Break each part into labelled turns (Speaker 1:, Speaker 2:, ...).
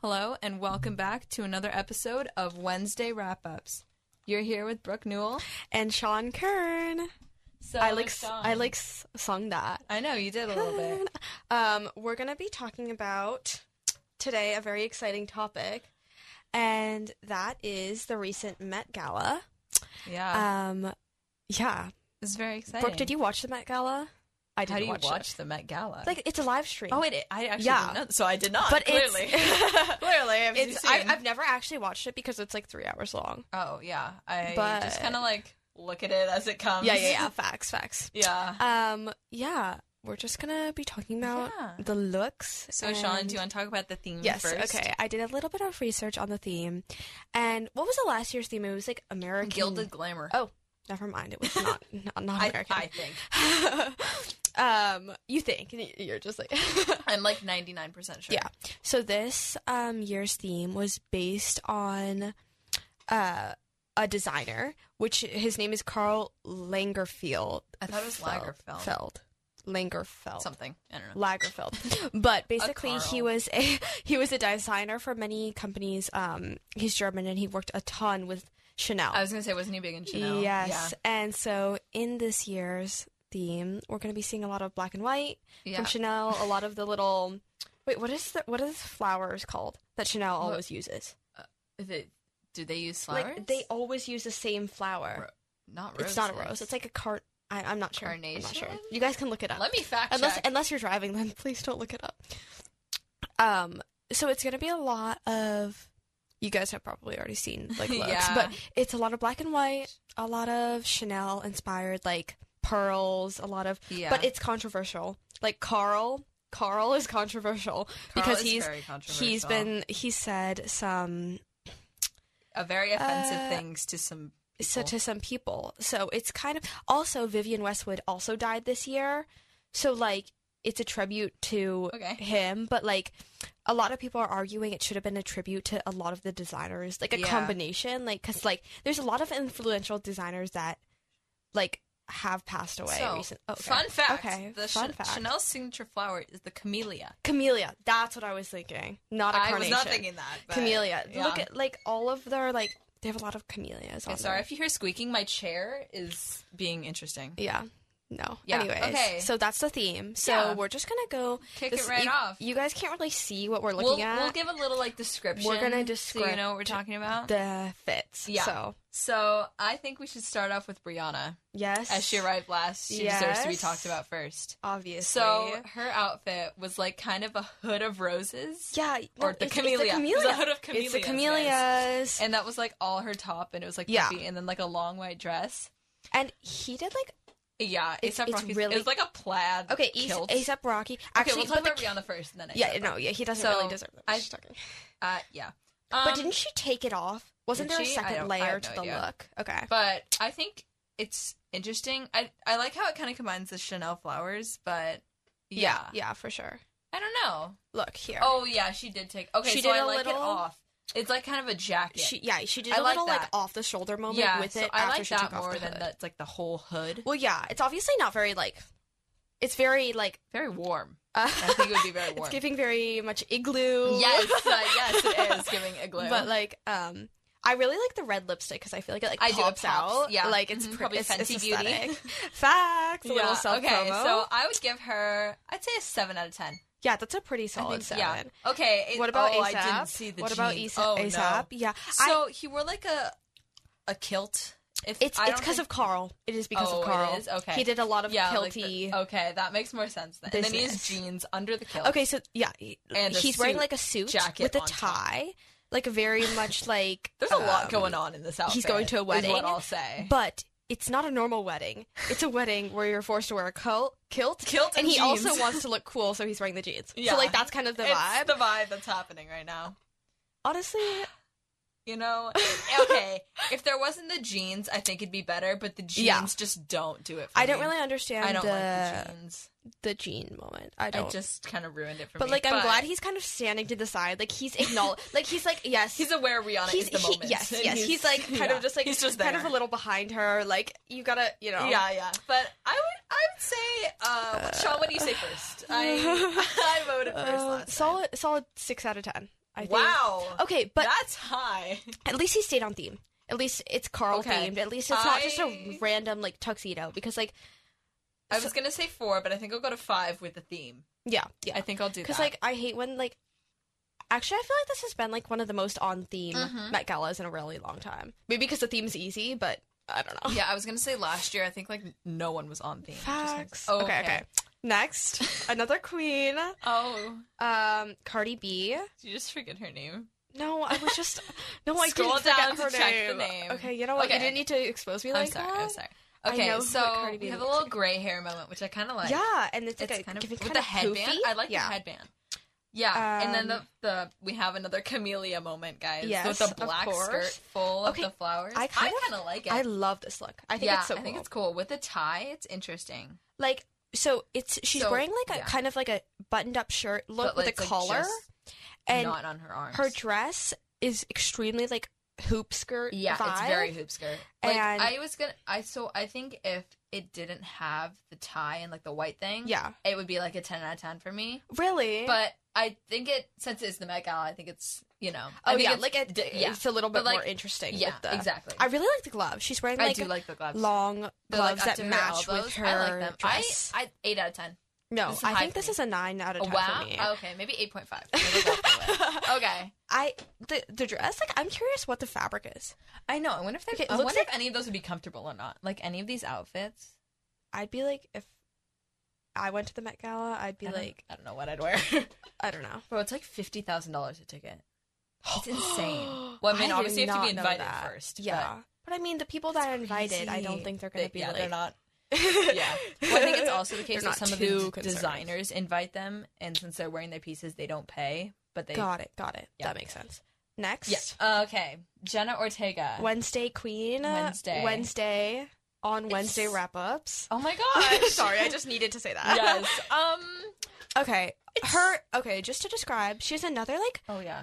Speaker 1: Hello, and welcome back to another episode of Wednesday Wrap Ups. You're here with Brooke Newell.
Speaker 2: and Sean Kern.
Speaker 1: So
Speaker 2: I like
Speaker 1: Sean.
Speaker 2: I like s- sung that.
Speaker 1: I know you did a little bit.
Speaker 2: Um, we're gonna be talking about today a very exciting topic, and that is the recent Met Gala.
Speaker 1: Yeah,
Speaker 2: Um, yeah,
Speaker 1: it's very exciting.
Speaker 2: Brooke, did you watch the Met Gala? I
Speaker 1: How do you watch,
Speaker 2: it.
Speaker 1: the Met Gala?
Speaker 2: Like it's a live stream.
Speaker 1: oh, it. I actually
Speaker 2: Yeah.
Speaker 1: didn't know. So I did not.
Speaker 2: but
Speaker 1: clearly,
Speaker 2: it's
Speaker 1: clearly, I've
Speaker 2: it's I,
Speaker 1: seen.
Speaker 2: I've never actually watched it because it's like three hours long.
Speaker 1: oh yeah, I just
Speaker 2: But-
Speaker 1: kind of like look at it as Oh, it comes.
Speaker 2: yeah, yeah, yeah. Facts, facts.
Speaker 1: yeah.
Speaker 2: Um, yeah, we're just gonna be talking about
Speaker 1: Yeah.
Speaker 2: the looks.
Speaker 1: So Sean,
Speaker 2: and-
Speaker 1: do you want to talk about the theme
Speaker 2: Yes.
Speaker 1: Mm, first?
Speaker 2: Okay. I did a little bit of research on the theme, and what was the last year's theme? It was like American.
Speaker 1: Gilded glamour.
Speaker 2: Oh, never mind. It was not not, not
Speaker 1: I,
Speaker 2: American.
Speaker 1: I think
Speaker 2: um, you think and you're just like
Speaker 1: I'm like 99 percent sure.
Speaker 2: yeah. So this um year's theme was based on uh a designer, which his name is Carl Langerfield.
Speaker 1: I thought it was Lagerfeld.
Speaker 2: Feld. Langerfeld.
Speaker 1: something. I don't know.
Speaker 2: Lagerfeld. But basically, he
Speaker 1: Carl.
Speaker 2: was a he was a designer for many companies. Um, he's German and he worked a ton with Chanel.
Speaker 1: I was gonna say, wasn't he big in Oh, Chanel?
Speaker 2: Yes, and so in this year's theme, we're going to be seeing a lot of black and white
Speaker 1: Yeah.
Speaker 2: from
Speaker 1: yeah.
Speaker 2: Chanel. A lot of the little wait, what is the what are the flowers called that Chanel
Speaker 1: What-
Speaker 2: always uses?
Speaker 1: Is it- do they use flowers?
Speaker 2: Like they always use the same flower.
Speaker 1: not
Speaker 2: It's not a rose. It's like a cart. I, I'm not sure. I'm not sure.
Speaker 1: Carnation?
Speaker 2: You guys can look it up.
Speaker 1: Let me fact
Speaker 2: unless
Speaker 1: check.
Speaker 2: unless you're driving then please don't look it up um so it's gonna be a lot of you guys have probably already seen like looks
Speaker 1: Yeah.
Speaker 2: but it's a lot of black and white a lot of chanel inspired like pearls a lot of
Speaker 1: yeah,
Speaker 2: but it's controversial like carl carl is controversial
Speaker 1: Carl
Speaker 2: because
Speaker 1: is
Speaker 2: he's-
Speaker 1: very
Speaker 2: he's
Speaker 1: controversial.
Speaker 2: been he said some
Speaker 1: a very offensive
Speaker 2: uh,
Speaker 1: things to some. People.
Speaker 2: so to some people so it's kind of also vivian westwood also died this year so like it's a tribute to
Speaker 1: okay,
Speaker 2: him, but like a lot of people are arguing it should have been a tribute to a lot of the designers, like a
Speaker 1: Yeah.
Speaker 2: combination, like because like there's a lot of influential designers that like have passed away.
Speaker 1: So,
Speaker 2: recent- oh, okay.
Speaker 1: fun fact:
Speaker 2: Okay,
Speaker 1: the
Speaker 2: fun
Speaker 1: Ch-
Speaker 2: fact.
Speaker 1: Chanel signature flower is the camellia.
Speaker 2: Camellia. That's what I was thinking. Not a
Speaker 1: I was
Speaker 2: carnation.
Speaker 1: not thinking that. But
Speaker 2: Camellia.
Speaker 1: yeah.
Speaker 2: Look at like all of their like they have a lot of camellias.
Speaker 1: Okay,
Speaker 2: On
Speaker 1: sorry
Speaker 2: there.
Speaker 1: if you hear squeaking. My chair is being interesting.
Speaker 2: Yeah. No.
Speaker 1: Yeah,
Speaker 2: Anyways,
Speaker 1: okay.
Speaker 2: so that's the theme. So
Speaker 1: Yeah.
Speaker 2: we're just gonna go.
Speaker 1: Kick
Speaker 2: this-
Speaker 1: it right
Speaker 2: you,
Speaker 1: off.
Speaker 2: You guys can't really see what we're looking
Speaker 1: we'll,
Speaker 2: at.
Speaker 1: we'll give a little like description. so you
Speaker 2: descript-
Speaker 1: know what we're talking about.
Speaker 2: the fits.
Speaker 1: Yeah.
Speaker 2: So
Speaker 1: so I think we should start off with Brianna.
Speaker 2: yes,
Speaker 1: As she arrived last, she deserves to be
Speaker 2: Yes.
Speaker 1: talked about first.
Speaker 2: obviously.
Speaker 1: So her outfit was like kind of a hood of roses.
Speaker 2: yeah, no,
Speaker 1: Or the
Speaker 2: it's-
Speaker 1: camellia.
Speaker 2: It's
Speaker 1: It
Speaker 2: the
Speaker 1: was
Speaker 2: camellia.
Speaker 1: a hood of
Speaker 2: It's the
Speaker 1: camellias,
Speaker 2: camellias. And,
Speaker 1: And that was like all her top and it was like
Speaker 2: Yeah.
Speaker 1: puffy and then like a long white dress.
Speaker 2: he did like
Speaker 1: Yeah,
Speaker 2: It's-
Speaker 1: ASAP
Speaker 2: it's
Speaker 1: Rocky's
Speaker 2: really-
Speaker 1: it was like a plaid
Speaker 2: okay,
Speaker 1: kilt.
Speaker 2: ASAP Rocky.
Speaker 1: Okay,
Speaker 2: Actually,
Speaker 1: we'll talk
Speaker 2: but
Speaker 1: about
Speaker 2: the,
Speaker 1: Rihanna first and then
Speaker 2: yeah,
Speaker 1: A$AP
Speaker 2: no, yeah, he doesn't
Speaker 1: So,
Speaker 2: really deserve that.
Speaker 1: I-
Speaker 2: She's talking.
Speaker 1: Rocky. Uh, yeah. Um,
Speaker 2: but didn't she take it off? Wasn't
Speaker 1: did
Speaker 2: there a
Speaker 1: she? I
Speaker 2: second
Speaker 1: don't- I have
Speaker 2: layer
Speaker 1: no
Speaker 2: to the
Speaker 1: idea.
Speaker 2: look? Okay.
Speaker 1: But I think it's interesting. I I like how it kind of combines the Chanel flowers, but yeah.
Speaker 2: yeah, yeah, for sure.
Speaker 1: I don't know.
Speaker 2: Look here.
Speaker 1: Oh yeah, she did take. Okay,
Speaker 2: She
Speaker 1: so
Speaker 2: did
Speaker 1: I
Speaker 2: a
Speaker 1: like it
Speaker 2: little-
Speaker 1: off. It's like kind of a jacket.
Speaker 2: she yeah, she did
Speaker 1: I
Speaker 2: a
Speaker 1: like
Speaker 2: little
Speaker 1: that.
Speaker 2: like off the shoulder moment
Speaker 1: yeah,
Speaker 2: with
Speaker 1: so
Speaker 2: it
Speaker 1: I
Speaker 2: after
Speaker 1: like
Speaker 2: she
Speaker 1: that
Speaker 2: took off
Speaker 1: more
Speaker 2: the
Speaker 1: than
Speaker 2: hood.
Speaker 1: that's like the whole hood.
Speaker 2: Well, yeah, it's obviously not very like. It's very like.
Speaker 1: Very warm.
Speaker 2: Uh,
Speaker 1: I think it would be very warm.
Speaker 2: it's giving very much igloo.
Speaker 1: Yes, uh, yes, it is giving a glow.
Speaker 2: But like, um, I really like the red lipstick because I feel like it like
Speaker 1: I do, it
Speaker 2: pops,
Speaker 1: pops,
Speaker 2: out.
Speaker 1: yeah.
Speaker 2: like it's
Speaker 1: Mhm,
Speaker 2: pre-
Speaker 1: probably
Speaker 2: it's, it's
Speaker 1: Fenty Beauty.
Speaker 2: aesthetic. Facts. A
Speaker 1: Yeah,
Speaker 2: little self
Speaker 1: okay,
Speaker 2: promo.
Speaker 1: so I would give her, I'd say a seven out of ten.
Speaker 2: yeah, that's a pretty
Speaker 1: I
Speaker 2: solid
Speaker 1: think-
Speaker 2: seven.
Speaker 1: yeah. Okay. it-
Speaker 2: What about
Speaker 1: oh,
Speaker 2: ASAP?
Speaker 1: I didn't see the
Speaker 2: what about
Speaker 1: jeans.
Speaker 2: ASAP?
Speaker 1: Oh, no.
Speaker 2: ASAP? Yeah,
Speaker 1: So he wore like a a kilt. If
Speaker 2: it's
Speaker 1: I
Speaker 2: it's
Speaker 1: don't
Speaker 2: because
Speaker 1: think-
Speaker 2: of Carl. It is because
Speaker 1: Oh, it
Speaker 2: of Carl.
Speaker 1: is? Okay.
Speaker 2: he did a lot of
Speaker 1: yeah, like
Speaker 2: kilty.
Speaker 1: the- okay, that makes more sense. Then. And then he has
Speaker 2: business.
Speaker 1: jeans under the kilt.
Speaker 2: Okay, so yeah, he-
Speaker 1: And a
Speaker 2: he's wearing
Speaker 1: suit
Speaker 2: like a suit
Speaker 1: jacket
Speaker 2: with a
Speaker 1: on top.
Speaker 2: tie, like a very much like.
Speaker 1: There's a lot
Speaker 2: um,
Speaker 1: going on in this outfit.
Speaker 2: he's going to a
Speaker 1: is What
Speaker 2: wedding,
Speaker 1: I'll say.
Speaker 2: But it's not a normal wedding. It's a wedding where you're forced to wear a coat, kilt,
Speaker 1: Kilt
Speaker 2: and
Speaker 1: and
Speaker 2: he
Speaker 1: jeans.
Speaker 2: also wants to look cool, so he's wearing the jeans.
Speaker 1: Yeah.
Speaker 2: So like that's kind of the
Speaker 1: It's
Speaker 2: vibe.
Speaker 1: the vibe that's happening right now.
Speaker 2: Honestly,
Speaker 1: You know, okay. if there wasn't the jeans, I think it'd be better. But the jeans
Speaker 2: Yeah.
Speaker 1: just don't do it. for
Speaker 2: I don't
Speaker 1: me.
Speaker 2: really understand
Speaker 1: I don't
Speaker 2: the,
Speaker 1: like the jeans.
Speaker 2: the jean moment. I
Speaker 1: It
Speaker 2: don't.
Speaker 1: just kind of ruined it for
Speaker 2: but
Speaker 1: me.
Speaker 2: like I'm glad he's kind of standing to the side. Like he's acknowledge. like he's like yes.
Speaker 1: he's aware Rihanna
Speaker 2: He's
Speaker 1: is the
Speaker 2: he-
Speaker 1: moment.
Speaker 2: yes,
Speaker 1: and
Speaker 2: yes. He's, like kind
Speaker 1: yeah,
Speaker 2: of just like
Speaker 1: he's just
Speaker 2: kind
Speaker 1: there.
Speaker 2: of a little behind her. Like you gotta, you know.
Speaker 1: Yeah, yeah. But I would, I would say, uh, Sean, what do you say first? I, I voted first
Speaker 2: Uh,
Speaker 1: last. time.
Speaker 2: solid, solid six out of ten. I think.
Speaker 1: wow.
Speaker 2: Okay, but
Speaker 1: that's high.
Speaker 2: at least he stayed on theme. At least it's Carl
Speaker 1: Okay.
Speaker 2: themed. At least it's not just a
Speaker 1: I-
Speaker 2: random like tuxedo because like
Speaker 1: I
Speaker 2: So-
Speaker 1: was gonna say four, but I think I'll go to five with the theme.
Speaker 2: yeah yeah
Speaker 1: I think I'll do that.
Speaker 2: because like I hate when like actually I feel like this has been like one of the most on theme
Speaker 1: Mhm.
Speaker 2: Met Galas in a really long time. Maybe because the theme's easy, but I don't know.
Speaker 1: yeah, I was gonna say last year. I think like no one was on theme. It just makes-
Speaker 2: Facts.
Speaker 1: Oh,
Speaker 2: okay, okay. Next, another queen,
Speaker 1: Oh,
Speaker 2: um, Cardi B.
Speaker 1: did you just forget her name?
Speaker 2: No, I was just no. I
Speaker 1: Scroll
Speaker 2: didn't forget
Speaker 1: down to
Speaker 2: her
Speaker 1: check
Speaker 2: name.
Speaker 1: the name.
Speaker 2: Okay, you know what? You
Speaker 1: Okay.
Speaker 2: didn't need to expose me
Speaker 1: I'm
Speaker 2: like
Speaker 1: sorry.
Speaker 2: that.
Speaker 1: I'm sorry.
Speaker 2: I
Speaker 1: Okay,
Speaker 2: know who
Speaker 1: so
Speaker 2: Cardi B
Speaker 1: we have a
Speaker 2: looks
Speaker 1: little
Speaker 2: like.
Speaker 1: gray hair moment, which I kind of like.
Speaker 2: yeah, and it's like
Speaker 1: it's
Speaker 2: a
Speaker 1: kind of
Speaker 2: giving
Speaker 1: with
Speaker 2: kind
Speaker 1: the
Speaker 2: of
Speaker 1: headband.
Speaker 2: poofy.
Speaker 1: I like
Speaker 2: yeah.
Speaker 1: the headband. Yeah, and then the,
Speaker 2: Um,
Speaker 1: the we have another camellia moment, guys.
Speaker 2: Yes,
Speaker 1: with
Speaker 2: of
Speaker 1: the black skirt
Speaker 2: course.
Speaker 1: full
Speaker 2: Okay,
Speaker 1: of the flowers.
Speaker 2: I
Speaker 1: I
Speaker 2: kind
Speaker 1: kind
Speaker 2: of-
Speaker 1: of like it.
Speaker 2: I love this look. I think
Speaker 1: yeah,
Speaker 2: it's so
Speaker 1: I think
Speaker 2: cool.
Speaker 1: it's cool with a tie. It's interesting,
Speaker 2: like so it's she's
Speaker 1: So,
Speaker 2: wearing like a
Speaker 1: yeah.
Speaker 2: kind of like a buttoned up shirt look
Speaker 1: But
Speaker 2: with a
Speaker 1: it's, like,
Speaker 2: collar
Speaker 1: just
Speaker 2: and
Speaker 1: not on her arms.
Speaker 2: her dress is extremely like hoop skirt
Speaker 1: yeah,
Speaker 2: vibe.
Speaker 1: it's very hoop skirt. Like
Speaker 2: And-
Speaker 1: I was gonna, I so I think if it didn't have the tie and like the white thing,
Speaker 2: yeah
Speaker 1: it would be like a ten out of ten for me.
Speaker 2: really
Speaker 1: But I think it since it's the Met Gala, I think it's you know. I
Speaker 2: oh
Speaker 1: think
Speaker 2: yeah
Speaker 1: it's
Speaker 2: like it,
Speaker 1: di- yeah,
Speaker 2: it's a little bit
Speaker 1: But, like,
Speaker 2: more interesting
Speaker 1: yeah,
Speaker 2: with the
Speaker 1: exactly.
Speaker 2: I really like the glove she's wearing
Speaker 1: I
Speaker 2: like
Speaker 1: do like the gloves.
Speaker 2: long
Speaker 1: They're, like,
Speaker 2: gloves
Speaker 1: up to
Speaker 2: that
Speaker 1: her
Speaker 2: match with
Speaker 1: elbows.
Speaker 2: her
Speaker 1: I like them.
Speaker 2: dress
Speaker 1: I, I eight out of ten.
Speaker 2: no
Speaker 1: this is
Speaker 2: I
Speaker 1: high
Speaker 2: think
Speaker 1: for
Speaker 2: this
Speaker 1: me.
Speaker 2: is a nine out of
Speaker 1: Oh,
Speaker 2: ten
Speaker 1: wow.
Speaker 2: for me
Speaker 1: Okay, maybe eight point five. okay.
Speaker 2: I the the dress like I'm curious what the fabric is
Speaker 1: I know. I wonder if they.
Speaker 2: Okay, it
Speaker 1: I
Speaker 2: looks
Speaker 1: wonder
Speaker 2: like-
Speaker 1: if any of those would be comfortable or not. Like any of these outfits.
Speaker 2: I'd be like if I went to the Met Gala I'd be
Speaker 1: I don't-
Speaker 2: like
Speaker 1: I don't know what I'd wear.
Speaker 2: I don't know
Speaker 1: Bro, it's like fifty thousand dollars a ticket. It's insane. Well, I mean,
Speaker 2: did
Speaker 1: obviously you have to be
Speaker 2: not know
Speaker 1: invited
Speaker 2: that.
Speaker 1: first.
Speaker 2: Yeah. But, I mean, the people that are invited, I don't
Speaker 1: crazy.
Speaker 2: think they're
Speaker 1: but they-
Speaker 2: going to be
Speaker 1: yeah,
Speaker 2: like.
Speaker 1: they're not. Yeah. Well, I think it's also the case
Speaker 2: They're
Speaker 1: that
Speaker 2: not
Speaker 1: some of the
Speaker 2: too
Speaker 1: d-
Speaker 2: concerned.
Speaker 1: designers invite them, and since they're wearing their pieces, they don't pay, but they.
Speaker 2: Got it. Got it.
Speaker 1: Yeah.
Speaker 2: That makes sense. Next,
Speaker 1: Yeah. Uh, okay, Jenna Ortega.
Speaker 2: Wednesday Queen. uh,
Speaker 1: Wednesday.
Speaker 2: Wednesday on
Speaker 1: It's-
Speaker 2: Wednesday wrap ups.
Speaker 1: Oh my gosh!
Speaker 2: Sorry, I just needed to say that.
Speaker 1: yes. Um.
Speaker 2: Okay. Her. Okay. Just to describe, she has another like.
Speaker 1: Oh yeah.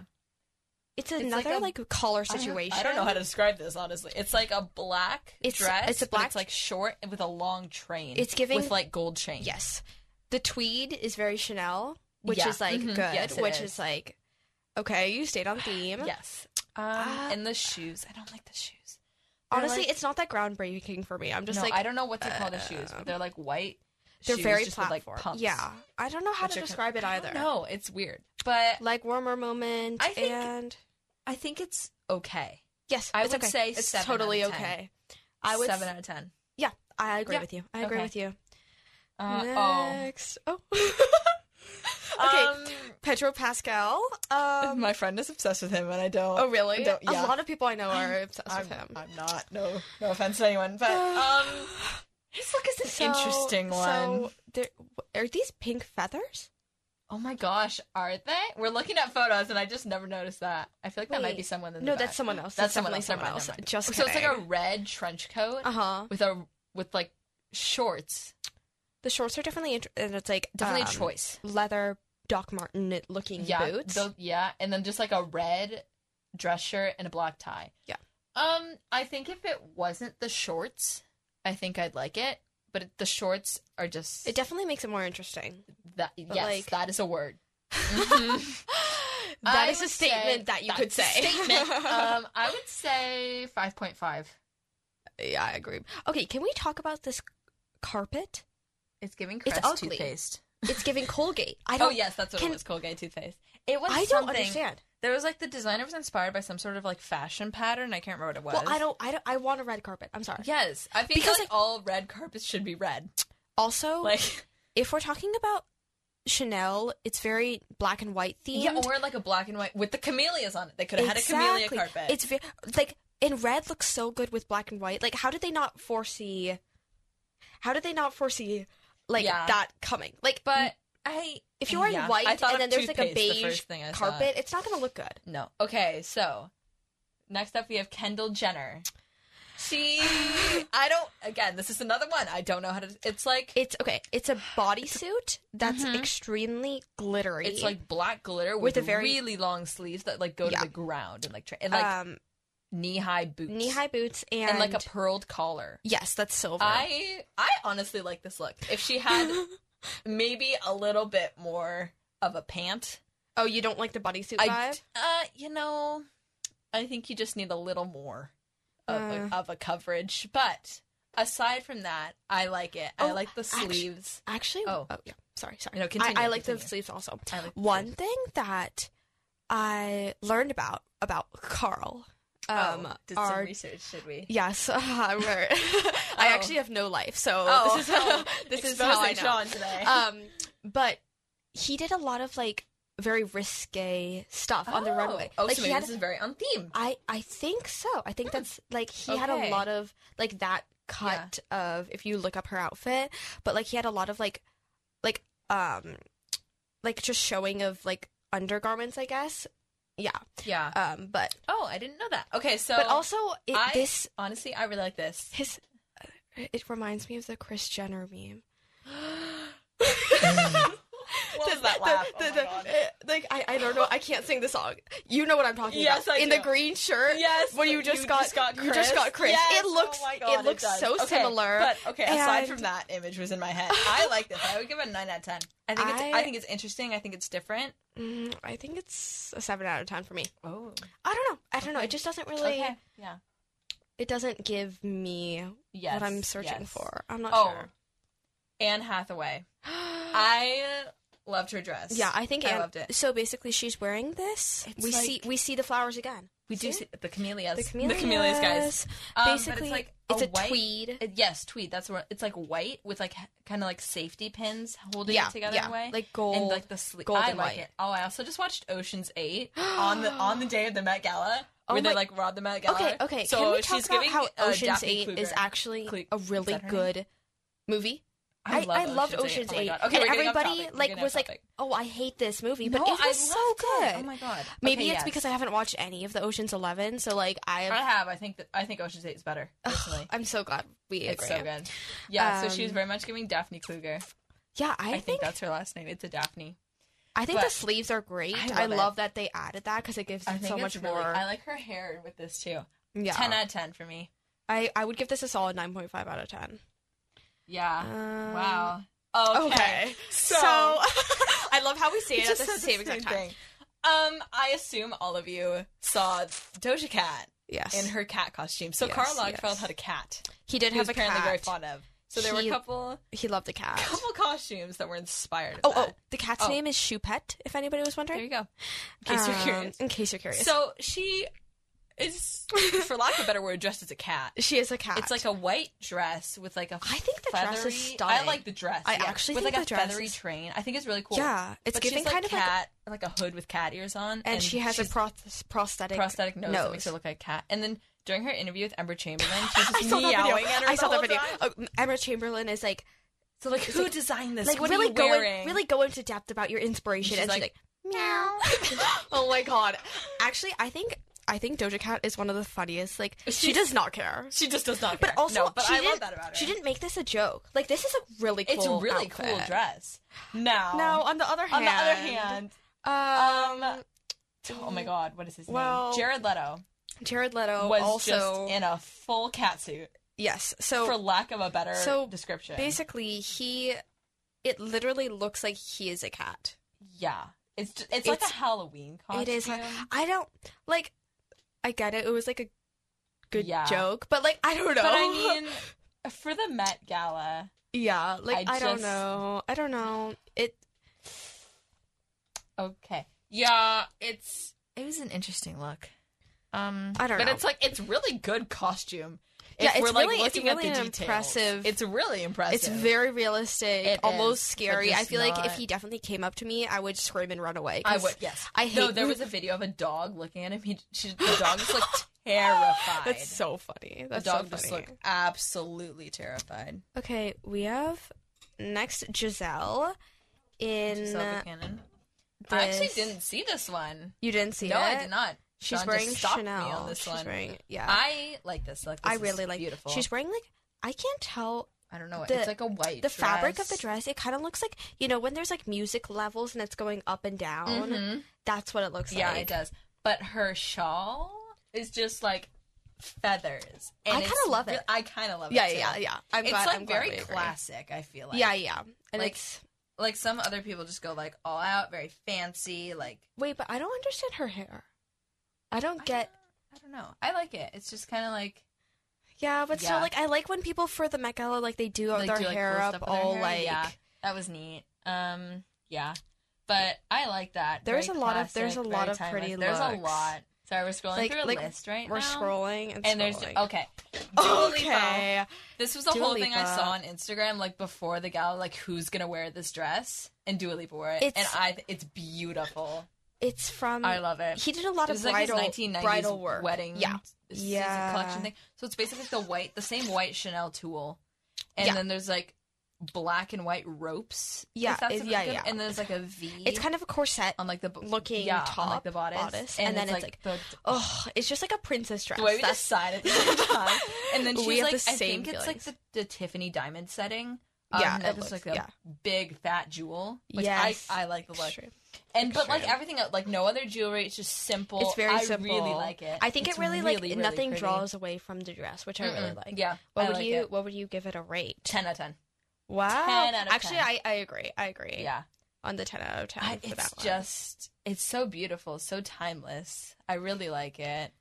Speaker 2: It's
Speaker 1: like
Speaker 2: another
Speaker 1: a-
Speaker 2: like,
Speaker 1: I
Speaker 2: collar
Speaker 1: don't-
Speaker 2: situation.
Speaker 1: I don't, know how to describe this honestly. It's like a black
Speaker 2: It's-
Speaker 1: dress.
Speaker 2: it's a
Speaker 1: but
Speaker 2: black-
Speaker 1: It's like short and with a long train.
Speaker 2: It's giving-
Speaker 1: with like gold chain.
Speaker 2: Yes. The tweed is very Chanel, which
Speaker 1: Yeah.
Speaker 2: is like
Speaker 1: Mhm.
Speaker 2: good,
Speaker 1: Yes, it
Speaker 2: which is.
Speaker 1: is.
Speaker 2: like okay, you stayed on theme.
Speaker 1: Yes. Um,
Speaker 2: Uh,
Speaker 1: and the shoes. I don't like the shoes. They're
Speaker 2: Honestly,
Speaker 1: like-
Speaker 2: it's not that groundbreaking for me. I'm just
Speaker 1: no,
Speaker 2: like
Speaker 1: I don't know what to call the shoes,
Speaker 2: um,
Speaker 1: but they're like white.
Speaker 2: they're
Speaker 1: shoes
Speaker 2: very
Speaker 1: just
Speaker 2: platform.
Speaker 1: With, like, pumps,
Speaker 2: yeah, I don't know how
Speaker 1: which
Speaker 2: to
Speaker 1: are
Speaker 2: describe it
Speaker 1: kind- I
Speaker 2: either.
Speaker 1: don't know. it's weird, but
Speaker 2: Leg warmer moment
Speaker 1: I think-
Speaker 2: and
Speaker 1: I think it's okay.
Speaker 2: yes,
Speaker 1: I
Speaker 2: it's
Speaker 1: would
Speaker 2: okay.
Speaker 1: say
Speaker 2: it's
Speaker 1: seven
Speaker 2: totally
Speaker 1: out of 10.
Speaker 2: okay. I would
Speaker 1: seven
Speaker 2: s-
Speaker 1: out of ten.
Speaker 2: I agree
Speaker 1: Yeah.
Speaker 2: with you. I agree
Speaker 1: Okay.
Speaker 2: with you.
Speaker 1: Uh,
Speaker 2: Next. Oh. okay.
Speaker 1: oh,
Speaker 2: Pedro Pascal. Um
Speaker 1: my friend is obsessed with him, and I don't.
Speaker 2: Oh really?
Speaker 1: don't- yeah.
Speaker 2: A lot of people I know are obsessed
Speaker 1: I'm,
Speaker 2: with him.
Speaker 1: I'm not. No, no offense to anyone, but um, his look is an interesting one.
Speaker 2: So there, are these pink feathers?
Speaker 1: oh my gosh, are they? We're looking at photos, and I just never noticed that. I feel like that
Speaker 2: Wait.
Speaker 1: might be someone in the
Speaker 2: No,
Speaker 1: back.
Speaker 2: that's someone else.
Speaker 1: That's someone
Speaker 2: definitely
Speaker 1: else. Never mind, never mind.
Speaker 2: Just
Speaker 1: so it's like a red trench coat
Speaker 2: uh huh.
Speaker 1: with a with like shorts.
Speaker 2: The shorts are definitely int- and it's like
Speaker 1: Definitely
Speaker 2: um,
Speaker 1: a choice.
Speaker 2: leather Doc Martin looking
Speaker 1: Yeah,
Speaker 2: boots.
Speaker 1: tho- yeah, and then just like a red dress shirt and a black tie.
Speaker 2: Yeah.
Speaker 1: Um, I think if it wasn't the shorts, I think I'd like it. But it- the shorts are just
Speaker 2: it definitely makes it more interesting.
Speaker 1: that. Yes,
Speaker 2: like-
Speaker 1: that is a word.
Speaker 2: That
Speaker 1: Mm-hmm. I
Speaker 2: is a
Speaker 1: would
Speaker 2: statement
Speaker 1: say-
Speaker 2: that you
Speaker 1: that's
Speaker 2: could
Speaker 1: a
Speaker 2: say.
Speaker 1: statement. um, I would say five point five.
Speaker 2: yeah, I agree. Okay, can we talk about this carpet?
Speaker 1: It's giving
Speaker 2: It's
Speaker 1: Crest
Speaker 2: ugly.
Speaker 1: toothpaste.
Speaker 2: It's giving Colgate. I
Speaker 1: Oh
Speaker 2: don't.
Speaker 1: yes, that's what
Speaker 2: can-
Speaker 1: it was. Colgate toothpaste. It was
Speaker 2: I don't
Speaker 1: something.
Speaker 2: understand.
Speaker 1: There was like the designer was inspired by some sort of like fashion pattern. I can't remember what it
Speaker 2: Well,
Speaker 1: was.
Speaker 2: I don't. I don't. I want a red carpet. I'm sorry.
Speaker 1: Yes, I feel like,
Speaker 2: Because, like-
Speaker 1: all red carpets should be red.
Speaker 2: Also,
Speaker 1: Like
Speaker 2: if we're talking about Chanel, it's very black and white themed.
Speaker 1: yeah, or like a black and white with the camellias on it. They could have had a camellia
Speaker 2: Exactly.
Speaker 1: carpet.
Speaker 2: It's ve- like and red looks so good with black and white. Like how did they not foresee? How did they not foresee like
Speaker 1: Yeah.
Speaker 2: that coming? Like,
Speaker 1: but I
Speaker 2: if you're wearing
Speaker 1: yeah,
Speaker 2: white
Speaker 1: I thought
Speaker 2: and
Speaker 1: of
Speaker 2: then there's like a
Speaker 1: toothpaste, the
Speaker 2: beige
Speaker 1: first thing I thought.
Speaker 2: carpet, it's not gonna look good.
Speaker 1: No. Okay, so next up we have Kendall Jenner. She I don't again, this is another one. I don't know how to it's like
Speaker 2: It's okay. It's a bodysuit that's
Speaker 1: Mhm.
Speaker 2: extremely glittery.
Speaker 1: it's like black glitter
Speaker 2: With
Speaker 1: with,
Speaker 2: a very-
Speaker 1: really long sleeves that like go
Speaker 2: Yeah.
Speaker 1: to the ground and like tra- and like
Speaker 2: um,
Speaker 1: knee-high boots
Speaker 2: knee-high boots and,
Speaker 1: and like a pearled collar.
Speaker 2: yes, that's silver.
Speaker 1: I I honestly like this look. If she had maybe a little bit more of a pant,
Speaker 2: Oh, you don't like the bodysuit
Speaker 1: I,
Speaker 2: vibe?
Speaker 1: uh, you know, I think you just need a little more of,
Speaker 2: Uh.
Speaker 1: a, of a coverage. But aside from that, I like it. I
Speaker 2: Oh,
Speaker 1: like the
Speaker 2: actu-
Speaker 1: sleeves.
Speaker 2: Actually,
Speaker 1: Oh.
Speaker 2: oh, yeah. Sorry, sorry.
Speaker 1: No, continue,
Speaker 2: I, I like the
Speaker 1: continue.
Speaker 2: sleeves also.
Speaker 1: I like the
Speaker 2: One
Speaker 1: sleeves.
Speaker 2: thing that I learned about about Carl. Um,
Speaker 1: oh, did
Speaker 2: our,
Speaker 1: some research? Should we?
Speaker 2: yes, I'm right. I
Speaker 1: Oh.
Speaker 2: actually have no life, so
Speaker 1: Oh,
Speaker 2: this is how this is how I
Speaker 1: Exposing
Speaker 2: know.
Speaker 1: Sean today.
Speaker 2: Um, but he did a lot of like very risque stuff on the
Speaker 1: Oh.
Speaker 2: runway.
Speaker 1: Oh,
Speaker 2: like
Speaker 1: so
Speaker 2: he
Speaker 1: maybe
Speaker 2: had Uh,
Speaker 1: this is very on theme.
Speaker 2: I I think so. I think that's like he had a
Speaker 1: Okay.
Speaker 2: lot of like that cut of if you look up her outfit, but like he had a lot of like like um like just showing of like undergarments, I guess. Yeah.
Speaker 1: Yeah.
Speaker 2: Um but
Speaker 1: Oh, I didn't know that. Okay, so
Speaker 2: but also it,
Speaker 1: I-
Speaker 2: this
Speaker 1: honestly, I really like this.
Speaker 2: his it reminds me of the Chris Jenner meme.
Speaker 1: What was that
Speaker 2: The-
Speaker 1: laugh?
Speaker 2: the-
Speaker 1: Oh my
Speaker 2: the-
Speaker 1: God.
Speaker 2: uh, like I, I don't know I can't sing the song. You know what I'm talking
Speaker 1: Yes, I
Speaker 2: about. In
Speaker 1: do.
Speaker 2: the green shirt.
Speaker 1: Yes,
Speaker 2: When you just got- you just got Chris. It looks-
Speaker 1: Oh
Speaker 2: it looks
Speaker 1: does.
Speaker 2: so
Speaker 1: Okay,
Speaker 2: similar.
Speaker 1: But okay, aside from
Speaker 2: And-
Speaker 1: that, image was in my head. I like this. I would give it a nine out of ten. I think it's I
Speaker 2: I-
Speaker 1: think it's interesting. I think it's different.
Speaker 2: Mm, I think it's a seven out of ten for me.
Speaker 1: Oh,
Speaker 2: I don't know. I don't know.
Speaker 1: Okay.
Speaker 2: It just doesn't really.
Speaker 1: okay, yeah,
Speaker 2: It doesn't give me
Speaker 1: yes.
Speaker 2: what I'm searching
Speaker 1: yes.
Speaker 2: for. I'm not
Speaker 1: Oh,
Speaker 2: sure.
Speaker 1: Anne Hathaway. I loved her dress.
Speaker 2: yeah, I think
Speaker 1: I
Speaker 2: Anne-
Speaker 1: loved it.
Speaker 2: So basically, she's wearing this.
Speaker 1: It's
Speaker 2: we
Speaker 1: like-
Speaker 2: see we see the flowers again.
Speaker 1: we do
Speaker 2: See?
Speaker 1: see the camellias.
Speaker 2: the camellias.
Speaker 1: guys. Um, but
Speaker 2: Basically,
Speaker 1: it's like
Speaker 2: it's a,
Speaker 1: white-
Speaker 2: tweed.
Speaker 1: it- yes, tweed. That's what it's like white with like kind of like safety pins holding
Speaker 2: yeah,
Speaker 1: it together
Speaker 2: yeah,
Speaker 1: in a way.
Speaker 2: like gold.
Speaker 1: and like the sleep.
Speaker 2: gold
Speaker 1: I
Speaker 2: and
Speaker 1: like
Speaker 2: white.
Speaker 1: it. Oh, I also just watched Ocean's Eight on the on the day of the Met Gala,
Speaker 2: Oh
Speaker 1: where they
Speaker 2: my-
Speaker 1: like robbed the Met Gala.
Speaker 2: okay, okay.
Speaker 1: So
Speaker 2: Can we
Speaker 1: she's
Speaker 2: talk about
Speaker 1: giving
Speaker 2: how
Speaker 1: uh,
Speaker 2: Ocean's
Speaker 1: Daphne
Speaker 2: Eight is
Speaker 1: Kluger.
Speaker 2: actually
Speaker 1: Klu-
Speaker 2: a
Speaker 1: is
Speaker 2: really
Speaker 1: that her
Speaker 2: good movie? I- I loved Ocean's
Speaker 1: Oh my
Speaker 2: Eight.
Speaker 1: God.
Speaker 2: And
Speaker 1: we're getting off
Speaker 2: everybody,
Speaker 1: topic. We're
Speaker 2: like,
Speaker 1: getting off
Speaker 2: was like,
Speaker 1: topic.
Speaker 2: Oh, I hate this movie, but
Speaker 1: No,
Speaker 2: it was
Speaker 1: I
Speaker 2: so
Speaker 1: loved
Speaker 2: good.
Speaker 1: it. Oh my god.
Speaker 2: Maybe
Speaker 1: Okay,
Speaker 2: it's
Speaker 1: yes.
Speaker 2: because I haven't watched any of the Ocean's Eleven, so like I
Speaker 1: I
Speaker 2: have
Speaker 1: have. I think that I think Ocean's Eight is better. Personally.
Speaker 2: I'm so glad we
Speaker 1: It's
Speaker 2: agree.
Speaker 1: so good. Yeah, so she was
Speaker 2: Um,
Speaker 1: very much giving Daphne Kluger.
Speaker 2: Yeah, I,
Speaker 1: I, think,
Speaker 2: think,
Speaker 1: that's her last name. It's a Daphne.
Speaker 2: I think the
Speaker 1: but-
Speaker 2: sleeves are great.
Speaker 1: I love
Speaker 2: I love,
Speaker 1: it.
Speaker 2: that they added that because it gives
Speaker 1: I
Speaker 2: it
Speaker 1: think
Speaker 2: so
Speaker 1: it's
Speaker 2: much
Speaker 1: really-
Speaker 2: more.
Speaker 1: I like her hair with this too.
Speaker 2: yeah,
Speaker 1: Ten out of ten for me.
Speaker 2: I I would give this a solid nine point five out of ten.
Speaker 1: Yeah.
Speaker 2: Um,
Speaker 1: wow.
Speaker 2: Okay,
Speaker 1: okay.
Speaker 2: so,
Speaker 1: So-
Speaker 2: I love how we say
Speaker 1: We
Speaker 2: it at
Speaker 1: just
Speaker 2: the
Speaker 1: said
Speaker 2: same exact time.
Speaker 1: Um, I assume all of you saw Doja Cat
Speaker 2: Yes,
Speaker 1: in her cat costume. So
Speaker 2: Yes,
Speaker 1: Karl Lagerfeld
Speaker 2: yes.
Speaker 1: had a cat.
Speaker 2: he did
Speaker 1: He was
Speaker 2: have a
Speaker 1: apparently
Speaker 2: cat.
Speaker 1: very fond of. So there were
Speaker 2: He-
Speaker 1: a couple
Speaker 2: He loved the cat.
Speaker 1: couple costumes that were inspired. Of
Speaker 2: Oh,
Speaker 1: that.
Speaker 2: oh, the cat's
Speaker 1: Oh.
Speaker 2: name is Choupette, if anybody was
Speaker 1: there
Speaker 2: wondering.
Speaker 1: you go. In case you're
Speaker 2: Um,
Speaker 1: curious.
Speaker 2: In case you're curious.
Speaker 1: So she is, for lack of a better word, dressed as a cat.
Speaker 2: she is a cat.
Speaker 1: It's like a white dress with like a
Speaker 2: I think the
Speaker 1: feathery.
Speaker 2: dress is
Speaker 1: I
Speaker 2: stunning.
Speaker 1: like the dress.
Speaker 2: I
Speaker 1: yeah.
Speaker 2: actually
Speaker 1: with
Speaker 2: think
Speaker 1: like
Speaker 2: the
Speaker 1: a
Speaker 2: dress
Speaker 1: feathery
Speaker 2: is-
Speaker 1: train. I think it's really cool.
Speaker 2: Yeah, it's
Speaker 1: but
Speaker 2: giving
Speaker 1: she's, like,
Speaker 2: kind of like
Speaker 1: cat, like a hood with cat ears on,
Speaker 2: and she has a
Speaker 1: she's
Speaker 2: proth- prosthetic
Speaker 1: prosthetic nose, that makes
Speaker 2: nose.
Speaker 1: her look like a cat. And then during her interview with Ember Chamberlain, she's
Speaker 2: I
Speaker 1: just
Speaker 2: saw
Speaker 1: meowing
Speaker 2: that video.
Speaker 1: at her.
Speaker 2: I saw
Speaker 1: the
Speaker 2: that
Speaker 1: whole
Speaker 2: video.
Speaker 1: time.
Speaker 2: Oh, Emma Chamberlain is like,
Speaker 1: So like,
Speaker 2: It's
Speaker 1: who
Speaker 2: like-
Speaker 1: designed this?
Speaker 2: like
Speaker 1: what
Speaker 2: really
Speaker 1: are you
Speaker 2: go
Speaker 1: wearing?
Speaker 2: really go into depth about your inspiration,
Speaker 1: And
Speaker 2: and
Speaker 1: she's
Speaker 2: she's like, meow. oh my god! Actually, I think I think Doja Cat is one of the funniest. Like she
Speaker 1: She's-
Speaker 2: does not care.
Speaker 1: she just does not.
Speaker 2: But
Speaker 1: care.
Speaker 2: also,
Speaker 1: no, but
Speaker 2: she
Speaker 1: I
Speaker 2: didn't.
Speaker 1: love that about her.
Speaker 2: She didn't make this a joke. Like this is a really cool.
Speaker 1: It's a really cool
Speaker 2: outfit.
Speaker 1: dress. Now,
Speaker 2: Now, on the other hand,
Speaker 1: on the other hand,
Speaker 2: um,
Speaker 1: oh my god, what is his
Speaker 2: well,
Speaker 1: name? Jared Leto
Speaker 2: Jared Leto
Speaker 1: was
Speaker 2: also
Speaker 1: just in a full catsuit,
Speaker 2: yes. So
Speaker 1: for lack of a better
Speaker 2: so
Speaker 1: description.
Speaker 2: basically, he it literally looks like he is a cat.
Speaker 1: yeah, it's just, it's, like a
Speaker 2: It's-
Speaker 1: Halloween costume.
Speaker 2: It is. like- I don't like. I get it. It was like a good
Speaker 1: Yeah.
Speaker 2: joke, but like I don't know.
Speaker 1: but I mean, for the Met Gala,
Speaker 2: yeah. Like I,
Speaker 1: I
Speaker 2: don't
Speaker 1: just-
Speaker 2: know. I don't know. It.
Speaker 1: okay, yeah, it's it was an interesting look. Um,
Speaker 2: I don't
Speaker 1: but
Speaker 2: know.
Speaker 1: it's like it's really good costume.
Speaker 2: Yeah,
Speaker 1: if
Speaker 2: it's
Speaker 1: we're like
Speaker 2: really- it's
Speaker 1: looking
Speaker 2: really
Speaker 1: at the
Speaker 2: an
Speaker 1: details.
Speaker 2: impressive-
Speaker 1: It's really impressive.
Speaker 2: It's very realistic.
Speaker 1: It
Speaker 2: almost
Speaker 1: is, but
Speaker 2: scary. I
Speaker 1: just
Speaker 2: feel like if
Speaker 1: not-
Speaker 2: he definitely came up to me, I would scream and run away.
Speaker 1: I
Speaker 2: 'cause
Speaker 1: would yes.
Speaker 2: I
Speaker 1: No,
Speaker 2: hate.
Speaker 1: there was a video of a dog looking at him. He, she, the dog just looked terrified.
Speaker 2: That's so funny.
Speaker 1: the
Speaker 2: That's
Speaker 1: dog
Speaker 2: so
Speaker 1: just
Speaker 2: funny.
Speaker 1: looked absolutely terrified.
Speaker 2: Okay, we have next Giselle in. uh,
Speaker 1: Giselle Buchanan. I actually
Speaker 2: this-
Speaker 1: didn't see this one.
Speaker 2: You didn't see
Speaker 1: no,
Speaker 2: it.
Speaker 1: I did not.
Speaker 2: She's
Speaker 1: Sean just
Speaker 2: wearing
Speaker 1: stopped me
Speaker 2: Chanel.
Speaker 1: on this
Speaker 2: She's
Speaker 1: one.
Speaker 2: wearing yeah.
Speaker 1: I like this look. This
Speaker 2: I
Speaker 1: is
Speaker 2: really like.
Speaker 1: beautiful.
Speaker 2: She's wearing like I can't tell
Speaker 1: I don't know.
Speaker 2: the-
Speaker 1: it's like a white.
Speaker 2: the fabric of the
Speaker 1: dress.
Speaker 2: dress. It kind of looks like you know when there's like music levels and it's going up and down.
Speaker 1: Mhm.
Speaker 2: That's what it looks
Speaker 1: Yeah,
Speaker 2: like.
Speaker 1: it does. But her shawl is just like feathers. And
Speaker 2: I kinda
Speaker 1: it's
Speaker 2: love
Speaker 1: re-
Speaker 2: it.
Speaker 1: I kind of love
Speaker 2: Yeah,
Speaker 1: it. too.
Speaker 2: yeah, yeah. I'm
Speaker 1: It's
Speaker 2: glad.
Speaker 1: like
Speaker 2: I'm glad
Speaker 1: very
Speaker 2: we agree.
Speaker 1: classic. I feel like.
Speaker 2: Yeah, yeah. And
Speaker 1: Like,
Speaker 2: it's
Speaker 1: Like some other people just go like all out, very fancy, like
Speaker 2: Wait, but I don't understand her hair. I don't
Speaker 1: I
Speaker 2: get.
Speaker 1: don't- I don't know. I like it. It's just kind of like
Speaker 2: Yeah, but still,
Speaker 1: Yeah.
Speaker 2: like, I like when people for the Met Gala, like, they do
Speaker 1: They
Speaker 2: their
Speaker 1: do, like,
Speaker 2: hair
Speaker 1: cool
Speaker 2: up
Speaker 1: stuff with their
Speaker 2: all
Speaker 1: hair,
Speaker 2: like.
Speaker 1: yeah. that was neat. Um, yeah, but I like that.
Speaker 2: There's
Speaker 1: Very
Speaker 2: a lot of-
Speaker 1: classic,
Speaker 2: there's a lot
Speaker 1: very
Speaker 2: of pretty
Speaker 1: timeless. There's a
Speaker 2: looks.
Speaker 1: lot. Sorry, we're scrolling
Speaker 2: Like-
Speaker 1: through a
Speaker 2: like,
Speaker 1: list right
Speaker 2: We're
Speaker 1: now.
Speaker 2: scrolling and,
Speaker 1: And there's
Speaker 2: scrolling.
Speaker 1: okay. Dua Lipa.
Speaker 2: okay.
Speaker 1: This was the
Speaker 2: Dua
Speaker 1: whole thing I
Speaker 2: Lipa.
Speaker 1: saw on Instagram, like before the gala, like who's gonna wear this dress, and Dua Lipa wore it,
Speaker 2: It's- Mm.
Speaker 1: and I th- it's beautiful.
Speaker 2: It's from.
Speaker 1: I love it.
Speaker 2: He did a lot
Speaker 1: It
Speaker 2: of
Speaker 1: was like his
Speaker 2: bridal,
Speaker 1: 1990s
Speaker 2: bridal work.
Speaker 1: wedding,
Speaker 2: Yeah.
Speaker 1: s-
Speaker 2: Yeah.
Speaker 1: collection thing. So it's basically the white, the same white Chanel tulle, and
Speaker 2: Yeah.
Speaker 1: then there's like black and white ropes. if
Speaker 2: Yeah,
Speaker 1: that's
Speaker 2: it-
Speaker 1: a-
Speaker 2: yeah,
Speaker 1: good-
Speaker 2: yeah.
Speaker 1: And there's like a V.
Speaker 2: It's kind of a corset.
Speaker 1: on like the b-
Speaker 2: looking
Speaker 1: yeah, on,
Speaker 2: top
Speaker 1: like the bodice,
Speaker 2: bodice, and then it's,
Speaker 1: the,
Speaker 2: Oh, it's just like a princess dress.
Speaker 1: the way we
Speaker 2: That's-
Speaker 1: decided at the same time. And then
Speaker 2: We
Speaker 1: she's
Speaker 2: have
Speaker 1: like,
Speaker 2: the
Speaker 1: I
Speaker 2: same
Speaker 1: think it's like
Speaker 2: feelings.
Speaker 1: the, the Tiffany diamond setting. Um,
Speaker 2: Yeah,
Speaker 1: and
Speaker 2: it
Speaker 1: it's
Speaker 2: looks-
Speaker 1: like a
Speaker 2: yeah.
Speaker 1: big fat jewel. Which
Speaker 2: Yes.
Speaker 1: I, I like the look.
Speaker 2: Extreme.
Speaker 1: And but like
Speaker 2: Extreme.
Speaker 1: everything, else, like no other jewelry. It's just simple.
Speaker 2: It's very
Speaker 1: I
Speaker 2: simple.
Speaker 1: really like it.
Speaker 2: I think
Speaker 1: It's
Speaker 2: it really, like
Speaker 1: really, really
Speaker 2: nothing
Speaker 1: pretty.
Speaker 2: draws away from the dress, which I really
Speaker 1: Mm-mm.
Speaker 2: like.
Speaker 1: Yeah.
Speaker 2: What
Speaker 1: I
Speaker 2: would
Speaker 1: like
Speaker 2: you
Speaker 1: it.
Speaker 2: What would you give it a rate?
Speaker 1: Ten out of ten.
Speaker 2: Wow.
Speaker 1: 10 out of
Speaker 2: Actually,
Speaker 1: 10.
Speaker 2: I, I agree. I agree.
Speaker 1: Yeah.
Speaker 2: On the ten out of ten.
Speaker 1: I-
Speaker 2: for
Speaker 1: it's
Speaker 2: that one.
Speaker 1: just it's so beautiful, so timeless. I really like it.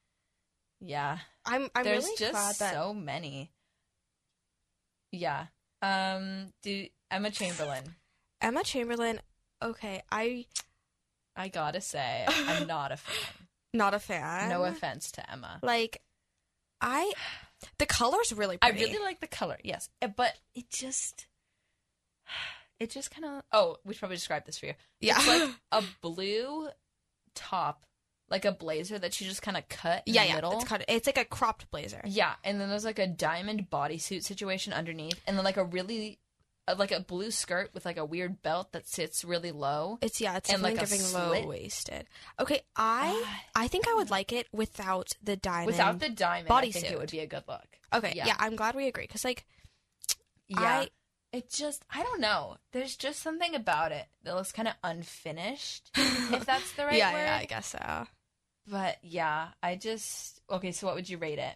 Speaker 1: Yeah.
Speaker 2: I'm I'm
Speaker 1: There's
Speaker 2: really
Speaker 1: just
Speaker 2: glad that
Speaker 1: so many. Yeah. Um. Do Emma Chamberlain.
Speaker 2: Emma Chamberlain. Okay, I
Speaker 1: I gotta say, I'm not a fan.
Speaker 2: not a fan.
Speaker 1: no offense to Emma.
Speaker 2: Like, I the color's really
Speaker 1: I
Speaker 2: pretty.
Speaker 1: really like the color, yes, eh, but it just, it just kind of. Oh, we should probably describe this for you.
Speaker 2: yeah.
Speaker 1: It's like a blue top, like a blazer that she just kind of cut in
Speaker 2: yeah,
Speaker 1: the
Speaker 2: yeah.
Speaker 1: middle.
Speaker 2: It's cut. It's like a cropped blazer.
Speaker 1: Yeah, and then there's like a diamond bodysuit situation underneath, and then like a really, uh, like a blue skirt with like a weird belt that sits really low.
Speaker 2: It's yeah. It's
Speaker 1: And, like,
Speaker 2: definitely
Speaker 1: a
Speaker 2: giving
Speaker 1: slit. Ah.
Speaker 2: low waisted. Okay, I I think I would like it without the diamond.
Speaker 1: Without the diamond, I think
Speaker 2: bodysuit.
Speaker 1: it would be a good look.
Speaker 2: Okay,
Speaker 1: yeah.
Speaker 2: yeah. I'm glad we agree because like
Speaker 1: Yeah,
Speaker 2: I
Speaker 1: it just I don't know. There's just something about it that looks kind of unfinished, if that's the right
Speaker 2: yeah,
Speaker 1: word.
Speaker 2: yeah, I guess so.
Speaker 1: But yeah, I just okay. So what would you rate it?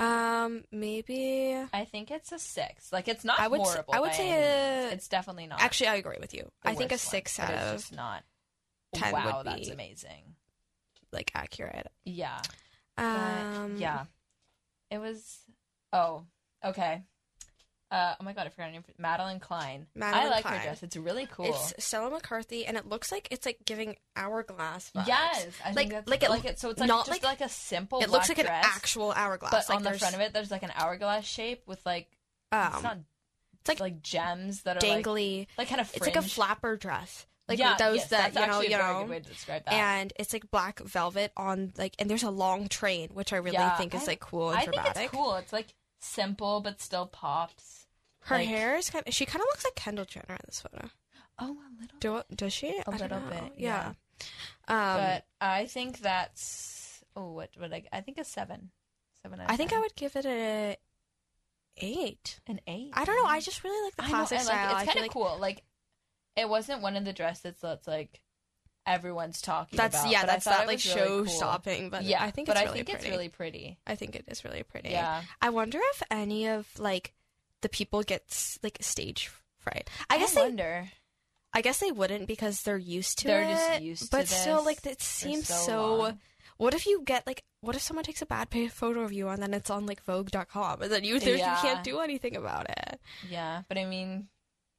Speaker 2: Um, maybe
Speaker 1: I think it's a six. Like it's not
Speaker 2: I would. s-
Speaker 1: horrible.
Speaker 2: I would
Speaker 1: by
Speaker 2: say
Speaker 1: any
Speaker 2: a,
Speaker 1: means. it's definitely not.
Speaker 2: actually I agree with you.
Speaker 1: the
Speaker 2: I think a
Speaker 1: worst one,
Speaker 2: six
Speaker 1: but
Speaker 2: out
Speaker 1: it's
Speaker 2: of
Speaker 1: just not.
Speaker 2: 10 would
Speaker 1: wow, that's
Speaker 2: be-
Speaker 1: amazing.
Speaker 2: like accurate.
Speaker 1: Yeah. But,
Speaker 2: Um,
Speaker 1: yeah. It was. Oh, okay. Uh, oh my god, I forgot her name. Madeline Klein. I
Speaker 2: Madeline
Speaker 1: like
Speaker 2: Klein.
Speaker 1: her dress. It's really cool.
Speaker 2: It's Stella McCarthy, and it looks like it's like giving hourglass. Vibes.
Speaker 1: Yes, I
Speaker 2: Like-
Speaker 1: think that's,
Speaker 2: like it-
Speaker 1: like it. So it's like
Speaker 2: not
Speaker 1: just like, a
Speaker 2: like-
Speaker 1: simple.
Speaker 2: it looks like
Speaker 1: black
Speaker 2: an
Speaker 1: dress,
Speaker 2: actual hourglass.
Speaker 1: but
Speaker 2: like
Speaker 1: on the front of it, there's like an hourglass shape with like
Speaker 2: um,
Speaker 1: it's not
Speaker 2: it's like
Speaker 1: like gems that are like,
Speaker 2: dangly.
Speaker 1: like kind of
Speaker 2: it's like a
Speaker 1: fringe.
Speaker 2: flapper dress, like
Speaker 1: yeah,
Speaker 2: those
Speaker 1: yes, that's
Speaker 2: that you know,
Speaker 1: actually
Speaker 2: you
Speaker 1: a very
Speaker 2: know.
Speaker 1: good way to describe that.
Speaker 2: and it's like black velvet on like and there's a long train which i really
Speaker 1: Yeah,
Speaker 2: think
Speaker 1: I-
Speaker 2: is like cool and
Speaker 1: I
Speaker 2: dramatic
Speaker 1: think it's cool. It's like simple but still pops.
Speaker 2: her
Speaker 1: Like-
Speaker 2: hair is kind of she kind of looks like kendall jenner in this photo
Speaker 1: Oh, a little.
Speaker 2: do does she A
Speaker 1: little bit, yeah.
Speaker 2: yeah, um
Speaker 1: but I think that's oh, what would I? I think a seven, seven. Out of
Speaker 2: i think
Speaker 1: 10.
Speaker 2: i would give it a eight
Speaker 1: an eight.
Speaker 2: i don't know i just really like the
Speaker 1: I know,
Speaker 2: classic
Speaker 1: and, like,
Speaker 2: style
Speaker 1: It's
Speaker 2: i
Speaker 1: kind of
Speaker 2: feel like
Speaker 1: cool. Like it wasn't one of the dresses that's like everyone's talking
Speaker 2: that's
Speaker 1: about.
Speaker 2: yeah
Speaker 1: but I
Speaker 2: that's
Speaker 1: thought
Speaker 2: not
Speaker 1: it
Speaker 2: like
Speaker 1: was really
Speaker 2: show
Speaker 1: cool.
Speaker 2: stopping but
Speaker 1: yeah,
Speaker 2: i think
Speaker 1: but
Speaker 2: it's
Speaker 1: I
Speaker 2: really
Speaker 1: think
Speaker 2: pretty
Speaker 1: it's really pretty.
Speaker 2: i think it is really pretty
Speaker 1: Yeah,
Speaker 2: i wonder if any of like the people get s- like stage fright i guess they
Speaker 1: wonder.
Speaker 2: I guess they wouldn't because they're used to
Speaker 1: They're
Speaker 2: it.
Speaker 1: just used to
Speaker 2: but still,
Speaker 1: this
Speaker 2: like it
Speaker 1: They're
Speaker 2: seems so.
Speaker 1: long.
Speaker 2: What if you get like? What if someone takes a bad pa- photo of you and then it's on like Vogue.com and then you there,
Speaker 1: Yeah.
Speaker 2: you can't do anything about it?
Speaker 1: Yeah, but I mean,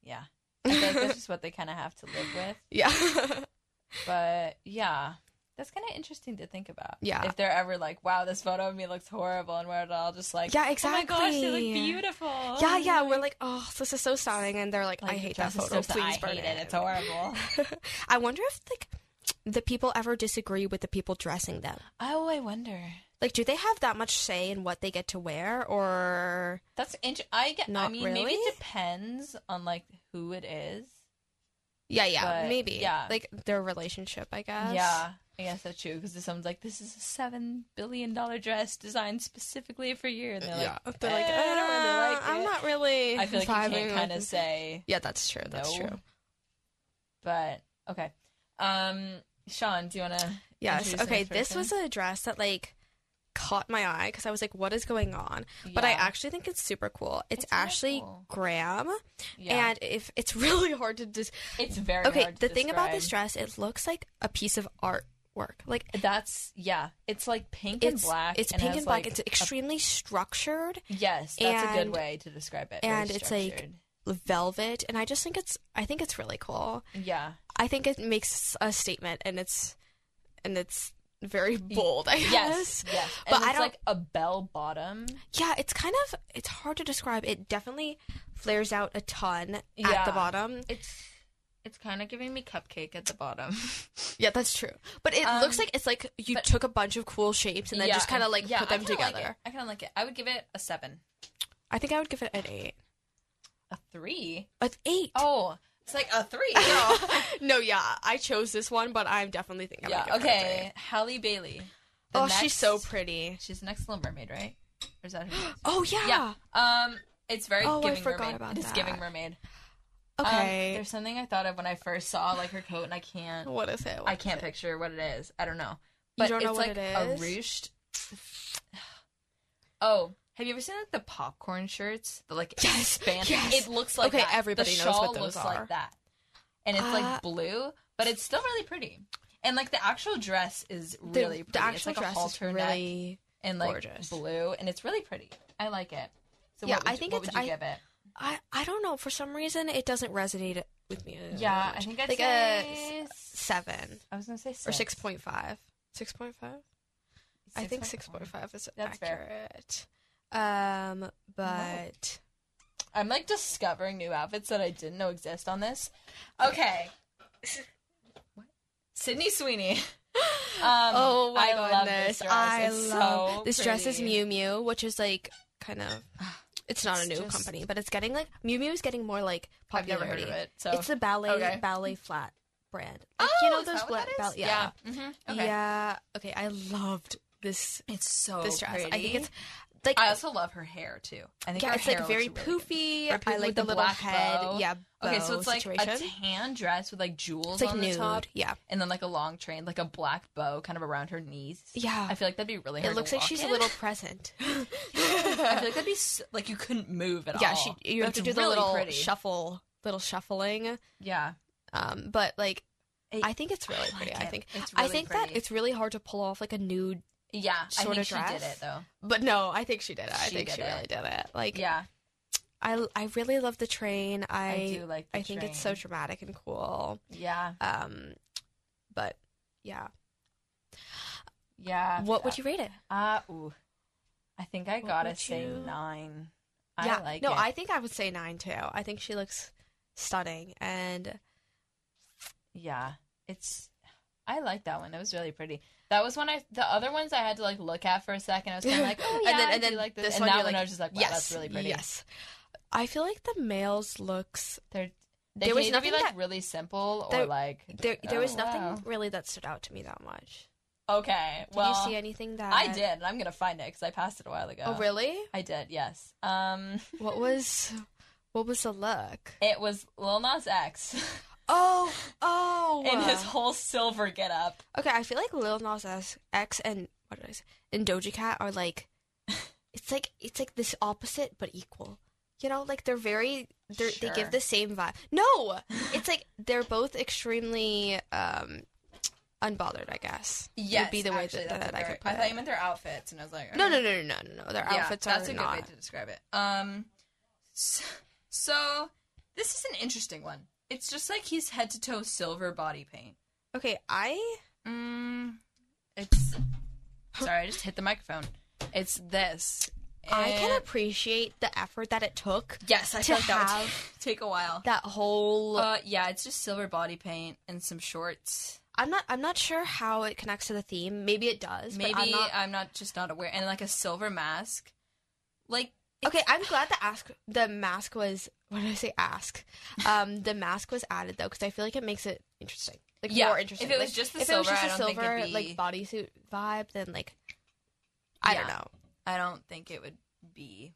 Speaker 1: yeah, I feel like that's just what they kind of have to live with.
Speaker 2: yeah,
Speaker 1: But yeah, that's kind of interesting to think about.
Speaker 2: Yeah.
Speaker 1: if they're ever like, "Wow, this photo of me looks horrible," and we're all just like,
Speaker 2: yeah,
Speaker 1: "Oh my
Speaker 2: exactly.
Speaker 1: gosh, they look beautiful."
Speaker 2: Yeah, yeah. We're like, oh, this is so stunning, and they're like, I
Speaker 1: Like,
Speaker 2: hate that
Speaker 1: dress is
Speaker 2: photo.
Speaker 1: so-
Speaker 2: Please
Speaker 1: I
Speaker 2: burn
Speaker 1: hate
Speaker 2: it.
Speaker 1: It's horrible.
Speaker 2: I wonder if like the people ever disagree with the people dressing them.
Speaker 1: oh, I wonder.
Speaker 2: Like, do they have that much say in what they get to wear, or
Speaker 1: That's int- I get. I
Speaker 2: Not
Speaker 1: mean, maybe
Speaker 2: really?
Speaker 1: it depends on like who it is.
Speaker 2: yeah, yeah,
Speaker 1: But,
Speaker 2: maybe,
Speaker 1: yeah.
Speaker 2: like their relationship, I guess.
Speaker 1: Yeah, I guess that's true. Because if someone's like, "This is a seven billion dollar dress designed specifically for you," and they're like,
Speaker 2: yeah, they're like,
Speaker 1: "Eh, I don't really like
Speaker 2: "Uh, I'm
Speaker 1: it."
Speaker 2: not really.
Speaker 1: I feel like you
Speaker 2: vibing
Speaker 1: can't kind of
Speaker 2: with-
Speaker 1: say,
Speaker 2: Yeah, that's true. That's
Speaker 1: No.
Speaker 2: true.
Speaker 1: but okay. Um, Sean, do you want to?
Speaker 2: Yes.
Speaker 1: Introduce the
Speaker 2: Okay.
Speaker 1: next
Speaker 2: This was
Speaker 1: person.
Speaker 2: a dress that like caught my eye because I was like, what is going on? But I
Speaker 1: Yeah.
Speaker 2: actually think it's super cool. It's,
Speaker 1: It's really
Speaker 2: Ashley
Speaker 1: cool.
Speaker 2: Graham.
Speaker 1: yeah.
Speaker 2: And if it's really hard to dis-
Speaker 1: it's very
Speaker 2: Okay,
Speaker 1: hard to
Speaker 2: the thing about
Speaker 1: describe.
Speaker 2: this dress, it looks like a piece of artwork. Like
Speaker 1: That's yeah. It's like pink and
Speaker 2: it's
Speaker 1: black.
Speaker 2: It's
Speaker 1: and
Speaker 2: pink
Speaker 1: has,
Speaker 2: and black.
Speaker 1: like,
Speaker 2: it's
Speaker 1: a-
Speaker 2: extremely structured
Speaker 1: yes. That's a
Speaker 2: and-
Speaker 1: good way to describe it.
Speaker 2: and it's, like, velvet, and I just think it's. I think it's really cool.
Speaker 1: like yeah,
Speaker 2: I think it makes a statement, and it's, and it's very bold. I guess.
Speaker 1: yes, yes.
Speaker 2: But
Speaker 1: and
Speaker 2: I
Speaker 1: it's
Speaker 2: don't-
Speaker 1: like a bell bottom.
Speaker 2: Yeah, it's kind of. It's hard to describe. It definitely flares out a ton at
Speaker 1: Yeah.
Speaker 2: the bottom.
Speaker 1: It's it's kind of giving me cupcake at the bottom.
Speaker 2: Yeah, that's true. But it
Speaker 1: Um,
Speaker 2: looks like it's like you
Speaker 1: but-
Speaker 2: took a bunch of cool shapes and then
Speaker 1: Yeah,
Speaker 2: just kind of like
Speaker 1: yeah,
Speaker 2: put
Speaker 1: I
Speaker 2: them
Speaker 1: kinda like
Speaker 2: together.
Speaker 1: it. I kind of like it. I would give it a seven,
Speaker 2: I think I would give it an eight.
Speaker 1: a three.
Speaker 2: An eight.
Speaker 1: Oh, it's like a three. girl.
Speaker 2: no, yeah, I chose this one, but I'm definitely thinking.
Speaker 1: yeah.
Speaker 2: I'm gonna give her a
Speaker 1: Okay. Halle Bailey.
Speaker 2: three.
Speaker 1: The
Speaker 2: Oh, she's so
Speaker 1: next-
Speaker 2: pretty.
Speaker 1: She's the next Little Mermaid, right? Or is that who? it is?
Speaker 2: Oh yeah.
Speaker 1: Yeah. Um, it's very
Speaker 2: Oh, I
Speaker 1: giving
Speaker 2: forgot
Speaker 1: mermaid.
Speaker 2: about
Speaker 1: it is
Speaker 2: that.
Speaker 1: giving mermaid. Um,
Speaker 2: Okay.
Speaker 1: there's something I thought of when I first saw like her coat, and I can't.
Speaker 2: what is it? What
Speaker 1: I
Speaker 2: is
Speaker 1: can't
Speaker 2: it?
Speaker 1: picture what it is. I don't know.
Speaker 2: You
Speaker 1: But
Speaker 2: don't
Speaker 1: it's
Speaker 2: know what
Speaker 1: like
Speaker 2: it is?
Speaker 1: a ruched. Oh, have you ever seen like the popcorn shirts? The like
Speaker 2: Yes,
Speaker 1: expanded.
Speaker 2: yes.
Speaker 1: It looks like
Speaker 2: Okay,
Speaker 1: that.
Speaker 2: everybody
Speaker 1: the
Speaker 2: knows
Speaker 1: shawl
Speaker 2: what
Speaker 1: looks
Speaker 2: those are.
Speaker 1: like that, and it's
Speaker 2: Uh,
Speaker 1: like blue, but it's still really pretty. And like the actual dress is
Speaker 2: The,
Speaker 1: really pretty.
Speaker 2: the actual
Speaker 1: it's like a
Speaker 2: dress is
Speaker 1: halter neck
Speaker 2: really.
Speaker 1: and like
Speaker 2: gorgeous.
Speaker 1: blue, and it's really pretty. I like it. So
Speaker 2: Yeah,
Speaker 1: what would
Speaker 2: I
Speaker 1: you-
Speaker 2: think
Speaker 1: what
Speaker 2: it's-
Speaker 1: would you
Speaker 2: I-
Speaker 1: give it?
Speaker 2: I I don't know. For some reason, it doesn't resonate with me.
Speaker 1: Yeah, I think I'd
Speaker 2: like
Speaker 1: say
Speaker 2: a
Speaker 1: s-
Speaker 2: seven
Speaker 1: I was gonna say six
Speaker 2: or six point five. Six point five. I think six point five is
Speaker 1: That's fair.
Speaker 2: accurate. Um, but
Speaker 1: I'm like discovering new outfits that I didn't know exist on this. Okay, What? Sydney Sweeney. Um,
Speaker 2: oh my
Speaker 1: I love
Speaker 2: goodness,
Speaker 1: this dress.
Speaker 2: I
Speaker 1: It's
Speaker 2: love
Speaker 1: so
Speaker 2: this dress. Is
Speaker 1: pretty.
Speaker 2: Miu Miu, which is like kind of. It's not a
Speaker 1: It's
Speaker 2: new
Speaker 1: just-
Speaker 2: company, but it's getting like Miu Miu is getting more like
Speaker 1: I've never
Speaker 2: popularity.
Speaker 1: heard of it. So
Speaker 2: It's the ballet
Speaker 1: Okay.
Speaker 2: ballet flat brand. Like,
Speaker 1: oh,
Speaker 2: you know
Speaker 1: is
Speaker 2: those
Speaker 1: that what
Speaker 2: bla-
Speaker 1: that
Speaker 2: ball-
Speaker 1: is?
Speaker 2: yeah.
Speaker 1: Mhm. Okay.
Speaker 2: Yeah. Okay, I loved this
Speaker 1: It's so
Speaker 2: this dress.
Speaker 1: pretty.
Speaker 2: I think it's like
Speaker 1: I also love her hair too. I think
Speaker 2: yeah,
Speaker 1: her
Speaker 2: it's like
Speaker 1: hair
Speaker 2: very
Speaker 1: looks really good.
Speaker 2: poofy.
Speaker 1: Very
Speaker 2: I
Speaker 1: poofy
Speaker 2: like
Speaker 1: with
Speaker 2: the,
Speaker 1: the
Speaker 2: little
Speaker 1: black
Speaker 2: head.
Speaker 1: bow.
Speaker 2: Yeah.
Speaker 1: Okay, so
Speaker 2: bow
Speaker 1: it's like
Speaker 2: situation.
Speaker 1: a tan dress with like jewels
Speaker 2: it's like
Speaker 1: on
Speaker 2: nude.
Speaker 1: the top,
Speaker 2: Yeah.
Speaker 1: and then like a long train, like a black bow, kind of around her knees.
Speaker 2: Yeah.
Speaker 1: I feel like that'd be really. hard
Speaker 2: It looks
Speaker 1: to
Speaker 2: like
Speaker 1: walk
Speaker 2: she's
Speaker 1: in.
Speaker 2: a little present.
Speaker 1: I feel like that'd be s like you couldn't move at
Speaker 2: yeah,
Speaker 1: all.
Speaker 2: she you have
Speaker 1: That's
Speaker 2: to do the
Speaker 1: really
Speaker 2: little
Speaker 1: pretty.
Speaker 2: shuffle, little shuffling.
Speaker 1: Yeah,
Speaker 2: Um, but like,
Speaker 1: It-
Speaker 2: I think it's really
Speaker 1: like
Speaker 2: pretty. I
Speaker 1: it.
Speaker 2: think
Speaker 1: it's really
Speaker 2: I think
Speaker 1: pretty.
Speaker 2: that it's really hard to pull off like a nude.
Speaker 1: yeah. I
Speaker 2: sorta
Speaker 1: think she did
Speaker 2: dress.
Speaker 1: it though.
Speaker 2: But no, I think she did it. I
Speaker 1: She
Speaker 2: think
Speaker 1: did
Speaker 2: she
Speaker 1: it.
Speaker 2: really did it. Like,
Speaker 1: Yeah,
Speaker 2: I I really love the train. I
Speaker 1: I, do like. The
Speaker 2: I think it's so
Speaker 1: train.
Speaker 2: dramatic and cool.
Speaker 1: Yeah,
Speaker 2: Um, but yeah,
Speaker 1: yeah.
Speaker 2: what would you rate it?
Speaker 1: Uh, ooh. I think I
Speaker 2: What
Speaker 1: gotta
Speaker 2: would
Speaker 1: say
Speaker 2: you-
Speaker 1: nine.
Speaker 2: yeah,
Speaker 1: I like
Speaker 2: no,
Speaker 1: it.
Speaker 2: I think I would say nine too. I think she looks stunning, and
Speaker 1: Yeah, it's. I like that one. It was really pretty. That was when I the other ones I had to like look at for a second. I was kind of like, oh yeah,
Speaker 2: and then
Speaker 1: I
Speaker 2: and
Speaker 1: do
Speaker 2: then
Speaker 1: like this,
Speaker 2: this
Speaker 1: and
Speaker 2: one,
Speaker 1: that
Speaker 2: you're
Speaker 1: one
Speaker 2: like,
Speaker 1: I was just like, wow,
Speaker 2: yes,
Speaker 1: that's really pretty.
Speaker 2: Yes, I feel like the males looks
Speaker 1: They're, they
Speaker 2: There
Speaker 1: can
Speaker 2: was
Speaker 1: either be
Speaker 2: nothing
Speaker 1: like
Speaker 2: that-
Speaker 1: really simple or
Speaker 2: there-
Speaker 1: like
Speaker 2: there. There was
Speaker 1: Oh,
Speaker 2: nothing
Speaker 1: wow.
Speaker 2: really that stood out to me that much.
Speaker 1: okay.
Speaker 2: Did
Speaker 1: Well,
Speaker 2: you see anything that
Speaker 1: I did. and I'm gonna find it because I passed it a while ago.
Speaker 2: Oh, really?
Speaker 1: I did. Yes. Um,
Speaker 2: What was what was the look?
Speaker 1: it was Lil Nas X
Speaker 2: Oh, oh,
Speaker 1: in his whole silver getup.
Speaker 2: Okay, I feel like Lil Nas X- X and what did I say? And Doja Cat are like, it's like it's like this opposite but equal. You know, like they're very they're, they
Speaker 1: Sure.
Speaker 2: give the same vibe. No, it's like they're both extremely um unbothered. I guess would
Speaker 1: Yes,
Speaker 2: be the way
Speaker 1: actually,
Speaker 2: that, that,
Speaker 1: that's a
Speaker 2: I
Speaker 1: very-
Speaker 2: could put
Speaker 1: I thought you
Speaker 2: it.
Speaker 1: meant their outfits, and I was like,
Speaker 2: No,
Speaker 1: okay.
Speaker 2: no, no, no, no, no. Their outfits
Speaker 1: yeah, that's
Speaker 2: are
Speaker 1: a
Speaker 2: not.
Speaker 1: good way to describe it. Um, s- so this is an interesting one. It's just like he's head to toe silver body paint.
Speaker 2: Okay, I
Speaker 1: Mm, it's sorry, I just hit the microphone. It's this.
Speaker 2: I
Speaker 1: And-
Speaker 2: can appreciate the effort that it took
Speaker 1: yes, I
Speaker 2: to
Speaker 1: felt that would
Speaker 2: have-
Speaker 1: take a while.
Speaker 2: that whole.
Speaker 1: Uh, yeah, it's just silver body paint and some shorts.
Speaker 2: I'm not. I'm not sure how it connects to the theme. Maybe it does.
Speaker 1: Maybe
Speaker 2: but I'm not
Speaker 1: just not aware. And like a silver mask. Like
Speaker 2: Okay, I'm glad the ask the mask was what did I say ask? Um, the mask was added though because I feel like it makes it interesting, like
Speaker 1: Yeah,
Speaker 2: more interesting.
Speaker 1: if it was
Speaker 2: Like,
Speaker 1: just the
Speaker 2: if it was
Speaker 1: silver,
Speaker 2: just
Speaker 1: I
Speaker 2: a
Speaker 1: don't think
Speaker 2: silver
Speaker 1: it'd be-
Speaker 2: like bodysuit vibe, then like I don't
Speaker 1: Yeah.
Speaker 2: know.
Speaker 1: I don't think it would be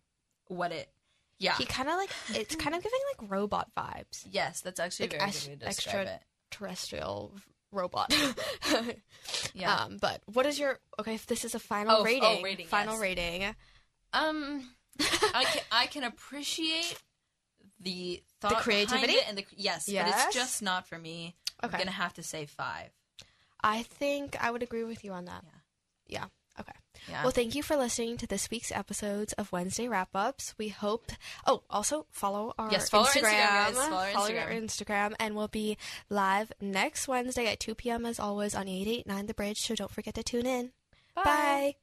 Speaker 1: what it. Yeah.
Speaker 2: He kind of like it's kind of giving like robot vibes,
Speaker 1: Yes, that's actually
Speaker 2: Like
Speaker 1: a very
Speaker 2: ex-
Speaker 1: good way to describe
Speaker 2: extra- terrestrial v- robot.
Speaker 1: Yeah.
Speaker 2: Um, but what is your okay? If this is a final
Speaker 1: Oh, f- oh,
Speaker 2: rating,
Speaker 1: rating,
Speaker 2: final
Speaker 1: yes.
Speaker 2: rating.
Speaker 1: Um, I can, I can appreciate the thought, behind
Speaker 2: creativity?
Speaker 1: it and the yes, but
Speaker 2: Yes.
Speaker 1: it's just not for me.
Speaker 2: Okay.
Speaker 1: I'm gonna have to say five.
Speaker 2: I think I would agree with you on that. Yeah. Okay.
Speaker 1: Yeah.
Speaker 2: Well, thank you for listening to this week's episodes of Wednesday Wrap Ups. We hope. Oh, also follow our
Speaker 1: Yes, follow our
Speaker 2: Instagram.
Speaker 1: Instagram, guys. Follow our
Speaker 2: our
Speaker 1: Instagram.
Speaker 2: Instagram, and we'll be live next Wednesday at 2 p.m. as always on 889 The Bridge. So don't forget to tune in. Bye.